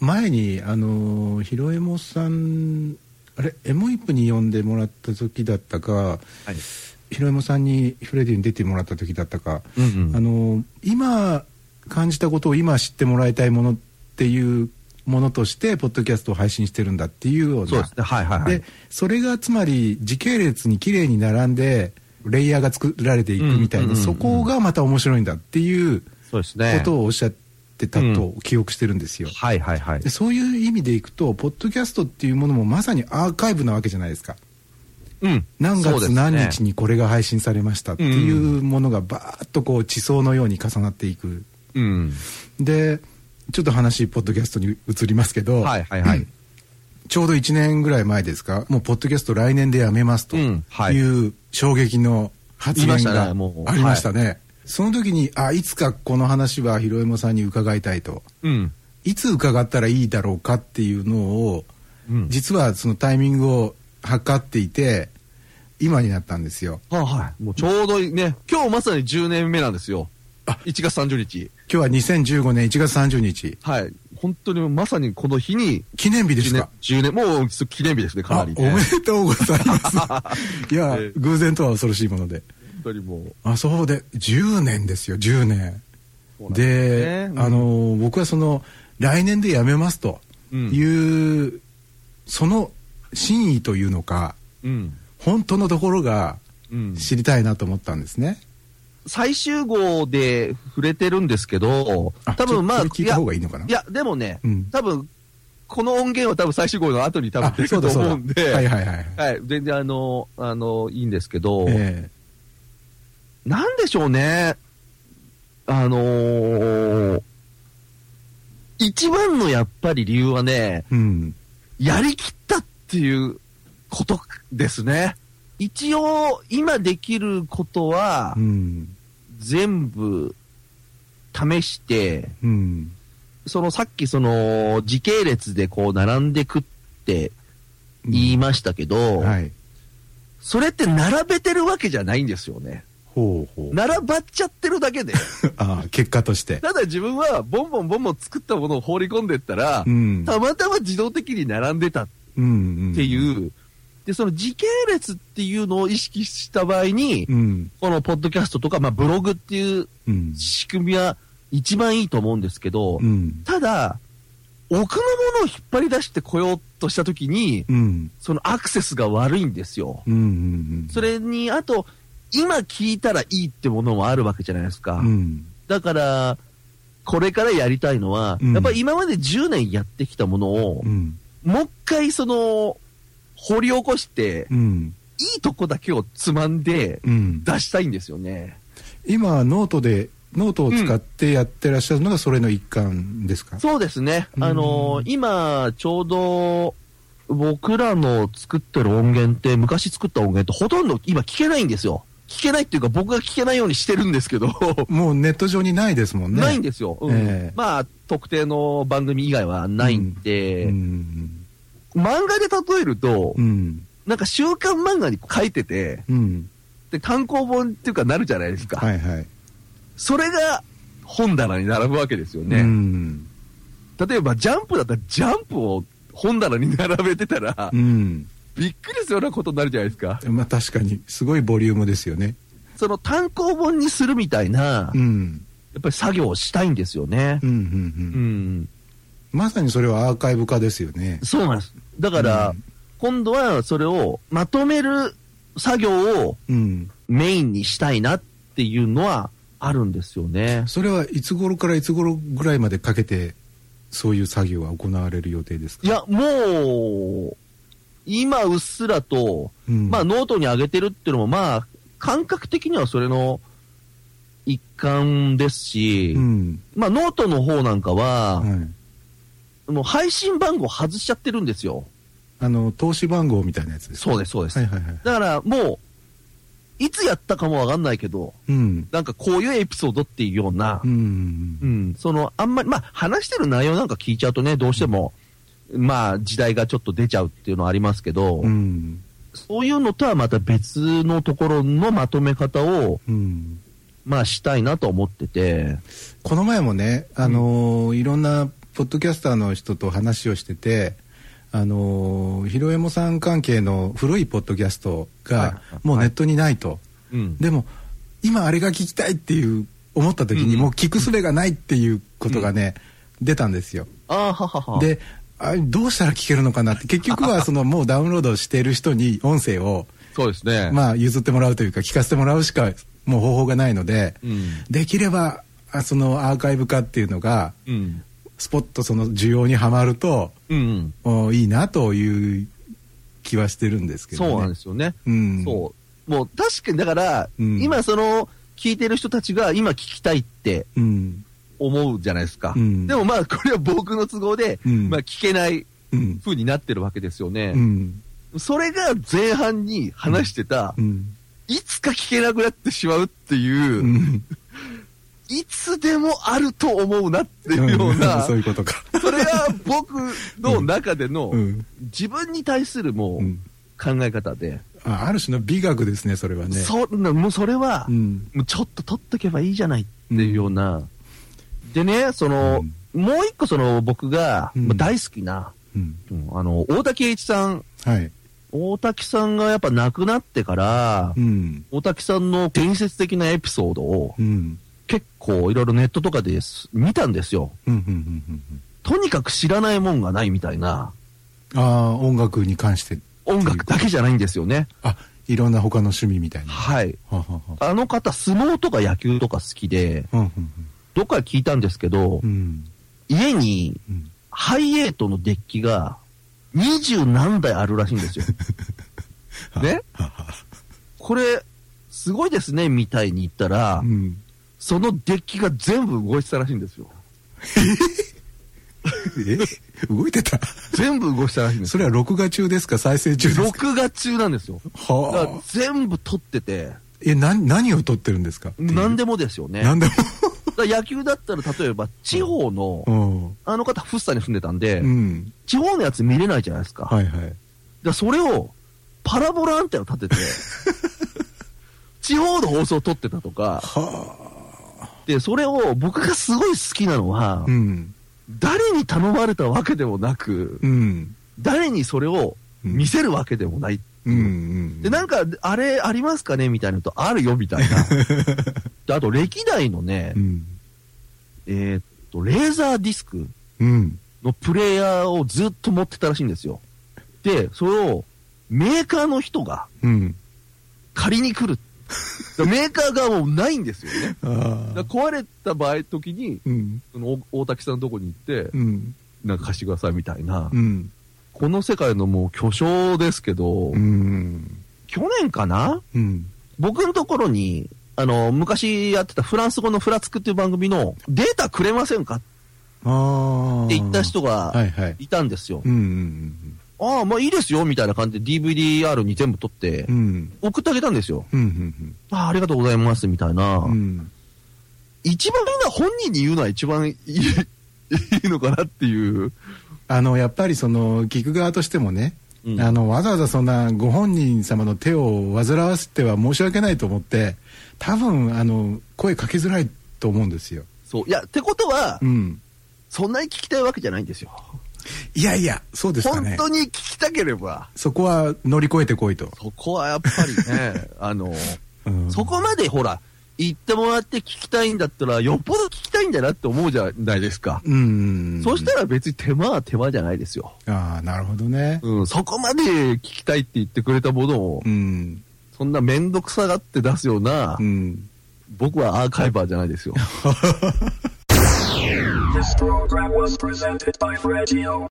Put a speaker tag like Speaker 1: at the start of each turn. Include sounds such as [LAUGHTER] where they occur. Speaker 1: 前にあのヒロエモさんあれエモイプに呼んでもらった時だったか、
Speaker 2: はい
Speaker 1: ヒロエモさんにフレディに出てもらった時だったか、
Speaker 2: うんうん
Speaker 1: あの今感じたことを今知ってもらいたいものっていうものとしてポッドキャストを配信してるんだっていうような
Speaker 2: そうですねはいはいはい
Speaker 1: でそれがつまり時系列に綺麗に並んでレイヤーが作られていくみたいな、
Speaker 2: うんうんうんう
Speaker 1: そ
Speaker 2: ん
Speaker 1: こがまた面白いんだっていう
Speaker 2: そうですね
Speaker 1: ことをおっしゃってたと記憶してるんですよ、
Speaker 2: はいはいはい
Speaker 1: でそういう意味でいくとポッドキャストっていうものもまさにアーカイブなわけじゃないですか
Speaker 2: うん
Speaker 1: 何
Speaker 2: そうで
Speaker 1: 月
Speaker 2: すね
Speaker 1: 何日にこれが配信されましたっていうものがバーッとこう地層のように重なっていく
Speaker 2: うん
Speaker 1: でちょっと話ポッドキャストに移りますけど、
Speaker 2: はいはいはい
Speaker 1: ちょうど1年ぐらい前ですかもうポッドキャスト来年でやめますと
Speaker 2: うんはい
Speaker 1: いう衝撃の発言
Speaker 2: 言いま
Speaker 1: が
Speaker 2: したねもう
Speaker 1: ありましたねその時にあいつかこの話はひろえもさんに伺いたいと
Speaker 2: うん
Speaker 1: いつ伺ったらいいだろうかっていうのを、
Speaker 2: うん
Speaker 1: 実はそのタイミングを測っていて今になったんですよ
Speaker 2: はいはいもうちょうどね今日まさに10年目なんですよ
Speaker 1: あ
Speaker 2: 1月30日
Speaker 1: 今日は2015年1月30日
Speaker 2: はい本当にまさにこの日に
Speaker 1: 記念日です
Speaker 2: 10
Speaker 1: か
Speaker 2: 年10年もう記念日ですねかなり
Speaker 1: あお
Speaker 2: ね
Speaker 1: めでとうございます
Speaker 2: [LAUGHS]
Speaker 1: いや、
Speaker 2: ええ
Speaker 1: 偶然とは恐ろしいもので
Speaker 2: 本当にもう
Speaker 1: あそうで10年ですよ10年
Speaker 2: そうなんですね
Speaker 1: で、
Speaker 2: うん
Speaker 1: あの僕はその来年で辞めますという、その真意というのか
Speaker 2: うん
Speaker 1: 本当のところが
Speaker 2: うん
Speaker 1: 知りたいなと思ったんですね、
Speaker 2: 最終号で触れてるんですけど
Speaker 1: あ、
Speaker 2: 多
Speaker 1: ちょ
Speaker 2: 分まあ、
Speaker 1: これ聞いた方がいいのかな
Speaker 2: や、やでもね、
Speaker 1: うん
Speaker 2: 多分この音源は多分最終号の後に多
Speaker 1: あ
Speaker 2: 分出
Speaker 1: そう
Speaker 2: ると
Speaker 1: だそうだ
Speaker 2: 思うんで、
Speaker 1: はいはいはい
Speaker 2: はい全然あの、あの、いいんですけど、
Speaker 1: え
Speaker 2: なんでしょうね、あのー一番のやっぱり理由は
Speaker 1: え
Speaker 2: ね、
Speaker 1: うん
Speaker 2: やりきったっていうことですね。一応、今できることは
Speaker 1: う、ん
Speaker 2: 全部、試して、
Speaker 1: うん
Speaker 2: そのさっきその時系列でこう並んでくって言いましたけど、
Speaker 1: はい
Speaker 2: それって並べてるわけじゃないんですよね。
Speaker 1: ほうほう
Speaker 2: 並ばっちゃってる
Speaker 1: [LAUGHS]
Speaker 2: だけで。
Speaker 1: あ結果として
Speaker 2: ただ自分はボンボンボンボン作ったものを放り込んでったら、
Speaker 1: うん
Speaker 2: たまたま自動的に並んでたっ
Speaker 1: うんうん
Speaker 2: ていう、で、その時系列っていうのを意識した場合に、
Speaker 1: うん
Speaker 2: このポッドキャストとか、まあブログっていう
Speaker 1: うん
Speaker 2: 仕組みは一番いいと思うんですけど、
Speaker 1: うん
Speaker 2: ただ、奥のものを引っ張り出してこようとしたときに、
Speaker 1: うん
Speaker 2: そのアクセスが悪いんですよ。
Speaker 1: うんうん
Speaker 2: それに、あと、今聞いたらいいってものもあるわけじゃないですか。
Speaker 1: うん
Speaker 2: だから、これからやりたいのは、
Speaker 1: うん
Speaker 2: やっぱり今まで10年やってきたものを、
Speaker 1: うん
Speaker 2: もう一回その、掘り起こして、
Speaker 1: うん
Speaker 2: いいとこだけをつまんで
Speaker 1: うん
Speaker 2: 出したいんですよね。
Speaker 1: 今ノートでノートを使ってやってらっしゃるのがそれの一環ですか、
Speaker 2: そうですね。あの
Speaker 1: うん
Speaker 2: 今、ちょうど、僕らの作ってる音源って、昔作った音源ってほとんど今聞けないんですよ。聞けないっていうか、僕が聞けないようにしてるんですけど、
Speaker 1: もうネット上にないですもんね
Speaker 2: ないんですよ。うん
Speaker 1: ええ
Speaker 2: まあ、特定の番組以外はないんで、
Speaker 1: うん
Speaker 2: 漫画で例えると、
Speaker 1: うん
Speaker 2: なんか週刊漫画に書いてて、
Speaker 1: うん
Speaker 2: で、単行本っていうかなるじゃないですか。
Speaker 1: はいはい
Speaker 2: それが本棚に並ぶわけですよね。
Speaker 1: うん
Speaker 2: 例えば、ジャンプだったらジャンプを本棚に並べてたら、
Speaker 1: うん
Speaker 2: びっくりするようなことになるじゃないですか。
Speaker 1: まあ確かにすごいボリュームですよね
Speaker 2: その単行本にするみたいな、
Speaker 1: う
Speaker 2: や
Speaker 1: ん
Speaker 2: っぱり作業をしたいんですよね
Speaker 1: う。んうん
Speaker 2: う
Speaker 1: うん
Speaker 2: ん。
Speaker 1: まさにそれはアーカイブ化ですよね
Speaker 2: そうなんです。だから、
Speaker 1: うん
Speaker 2: 今度はそれをまとめる作業を
Speaker 1: うん
Speaker 2: メインにしたいなっていうのはあるんですよね。
Speaker 1: それはいつ頃からいつ頃ぐらいまでかけてそういう作業は行われる予定ですか
Speaker 2: い、や、もう、今うっすらと、
Speaker 1: うん、
Speaker 2: まあノートに上げてるっていうのも、まあ、感覚的にはそれの一環ですし、
Speaker 1: うん
Speaker 2: まあノートの方なんかは、
Speaker 1: はい、
Speaker 2: もう配信番号外しちゃってるんですよ。
Speaker 1: あの投資番号みたいなやつですか
Speaker 2: そうです、そうです。
Speaker 1: はいはいはい
Speaker 2: だからもう、いつやったかもわかんないけど、
Speaker 1: うん
Speaker 2: なんかこういうエピソードっていうような
Speaker 1: う、ん
Speaker 2: うん、その、あんまり、まあ、話してる内容なんか聞いちゃうとね、どうしても、まあ、時代がちょっと出ちゃうっていうのはありますけど、
Speaker 1: うん
Speaker 2: そういうのとはまた別のところのまとめ方を、
Speaker 1: うん
Speaker 2: まあ、したいなと思ってて、
Speaker 1: この前もね、あのーいろんなポッドキャスターの人と話をしててあのーひろえもさん関係の古いポッドキャスト
Speaker 2: はい
Speaker 1: がもうネットにないと、
Speaker 2: うん
Speaker 1: でも今あれが聞きたいっていう思った時に
Speaker 2: うん
Speaker 1: もう聞く術がないっていうことがね、出たんですよ。
Speaker 2: ああ、ははは。、
Speaker 1: であどうしたら聞けるのかなって結局はそのもうダウンロードしてる人に音声を
Speaker 2: そうですね。
Speaker 1: まあ譲ってもらうというか聞かせてもらうしかもう方法がないので、
Speaker 2: うん
Speaker 1: できればあそのアーカイブ化っていうのが
Speaker 2: うん。
Speaker 1: スポッとその需要にはまると
Speaker 2: うん。
Speaker 1: おいいなという気はしてるんですけど、ね、
Speaker 2: そうなんですよね。
Speaker 1: うん
Speaker 2: そう。もう確かにだから、
Speaker 1: うん
Speaker 2: 今その、聞いてる人たちが今聞きたいって
Speaker 1: うん
Speaker 2: 思うじゃないですか。
Speaker 1: うん
Speaker 2: でもまあ、これは僕の都合で、
Speaker 1: うん
Speaker 2: まあ聞けない
Speaker 1: うん
Speaker 2: 風になってるわけですよね。
Speaker 1: うん
Speaker 2: それが前半に話してた、
Speaker 1: うん
Speaker 2: いつか聞けなくなってしまうっていう、
Speaker 1: うん
Speaker 2: いつでもあると思うなっていうような、
Speaker 1: [LAUGHS] そういうことか
Speaker 2: それが僕の中での、
Speaker 1: うん
Speaker 2: 自分に対するも
Speaker 1: う
Speaker 2: うん考え方で、
Speaker 1: あある種の美学ですねそれはね
Speaker 2: そんなもうそれは、
Speaker 1: うん
Speaker 2: もうちょっと取っとけばいいじゃないっていうような、でね、その、もう一個その僕が、
Speaker 1: うん
Speaker 2: まあ大好きな、
Speaker 1: うん
Speaker 2: うんあの、大竹栄一さん、
Speaker 1: はい
Speaker 2: 大竹さんがやっぱ亡くなってから、
Speaker 1: うん
Speaker 2: 大竹さんの伝説的なエピソードを
Speaker 1: うん
Speaker 2: 結構いろいろネットとかです見たんですよ。
Speaker 1: うんうんうんうんうん
Speaker 2: とにかく知らないもんがないみたいな、
Speaker 1: ああ音楽に関して
Speaker 2: 音楽だけじゃないんですよね。
Speaker 1: あいろんな他の趣味みたいなは
Speaker 2: はい。
Speaker 1: あはあは
Speaker 2: あの方、相撲とか野球とか好きで、
Speaker 1: あうん
Speaker 2: どっかで聞いたんですけど
Speaker 1: うんう、ん
Speaker 2: 家に
Speaker 1: うん
Speaker 2: ハイエイトのデッキが二十何台あるらしいん [LAUGHS] ですよ。ね
Speaker 1: はあは
Speaker 2: これ、すごいですね、みたいに言った
Speaker 1: あ
Speaker 2: ら
Speaker 1: う、ん
Speaker 2: そのデッキが全部動いてたらしいんですよ。
Speaker 1: え動いてた
Speaker 2: 全部動いてたらしいんです
Speaker 1: そ
Speaker 2: よ。
Speaker 1: れは録画中ですか再生中ですか
Speaker 2: 録画中なんですよ。だか
Speaker 1: は
Speaker 2: ら
Speaker 1: あ
Speaker 2: 全部撮ってて、
Speaker 1: えな何を撮ってるんですか
Speaker 2: 何
Speaker 1: で
Speaker 2: でもですよね。
Speaker 1: 何で
Speaker 2: だから野球だったら、例えば地方の、
Speaker 1: も
Speaker 2: あの方、福生に住んでたんで
Speaker 1: う、ん
Speaker 2: 地方のやつ見れないじゃないですか。
Speaker 1: はいはい
Speaker 2: だからそれをパラボラアンテナ
Speaker 1: [LAUGHS]
Speaker 2: 立てて、地方の放送を撮ってたとか、
Speaker 1: は
Speaker 2: で、それを僕がすごい好きなのは、
Speaker 1: あうん
Speaker 2: 誰に頼まれたわけでもなく、
Speaker 1: うん
Speaker 2: 誰にそれを見せるわけでもない。
Speaker 1: うんうん
Speaker 2: で、なんか、あれありますかねみたいなのと、あるよみ
Speaker 1: [LAUGHS]
Speaker 2: たいな。であと、歴代のね
Speaker 1: う、ん
Speaker 2: えーっと、レーザーディスク
Speaker 1: うん
Speaker 2: のプレイヤーをずっと持ってたらしいんですよ。で、それをメーカーの人が、
Speaker 1: うん
Speaker 2: 借りに来 [LAUGHS] る。だからメーカーがもうないんですよね。
Speaker 1: あ
Speaker 2: だ
Speaker 1: あ
Speaker 2: から壊れた場合、時に、
Speaker 1: うん
Speaker 2: その大大滝さんのとこに行って、
Speaker 1: うん
Speaker 2: なんか貸してくださいみたいな
Speaker 1: う、ん
Speaker 2: この世界のもう巨匠ですけど、
Speaker 1: うん
Speaker 2: 去年かな
Speaker 1: うん
Speaker 2: 僕のところに、あの、昔やってたフランス語のフラつくっていう番組のデータくれませんかっ
Speaker 1: ああ
Speaker 2: て言った人
Speaker 1: は
Speaker 2: が
Speaker 1: いはい
Speaker 2: いたんですよ。
Speaker 1: うんうん
Speaker 2: ああ、まあいいですよみたいな感じで DVDR に全部取って
Speaker 1: うんう、ん
Speaker 2: 送ってあげたんですよ。
Speaker 1: うんうん
Speaker 2: ああ、ありがとうございますみたいな。
Speaker 1: うんうん
Speaker 2: 一番今本人に言うのは一番いいいいのかなっていう。
Speaker 1: あのやっぱりその聞く側としてもね、
Speaker 2: うん
Speaker 1: あのわざわざそんなご本人様の手を煩わせては申し訳ないと思って多分あの声かけづらいと思うんですよ、
Speaker 2: そう。いや、ってことは、
Speaker 1: うん、
Speaker 2: そんなに聞きたいわけじゃないんですよ。
Speaker 1: いやいやそうですか
Speaker 2: 本
Speaker 1: ね
Speaker 2: 当に聞きたければ、
Speaker 1: そこは乗り越えてこいと、
Speaker 2: そこはやっぱり
Speaker 1: [LAUGHS]
Speaker 2: ね、あの、
Speaker 1: うん
Speaker 2: そこまでほら、言ってもらって聞きたいんだったら、よっぽど聞きたいんだなって思うじゃないですか。
Speaker 1: うん
Speaker 2: そしたら別に手間は手間じゃないですよ。
Speaker 1: ああなるほどね
Speaker 2: うん、そこまで聞きたいって言ってくれたものを、
Speaker 1: うん
Speaker 2: そんなめんどくさがって出すような、
Speaker 1: うん
Speaker 2: 僕はアーカイバーじゃないですよ。
Speaker 3: This program was presented by Radio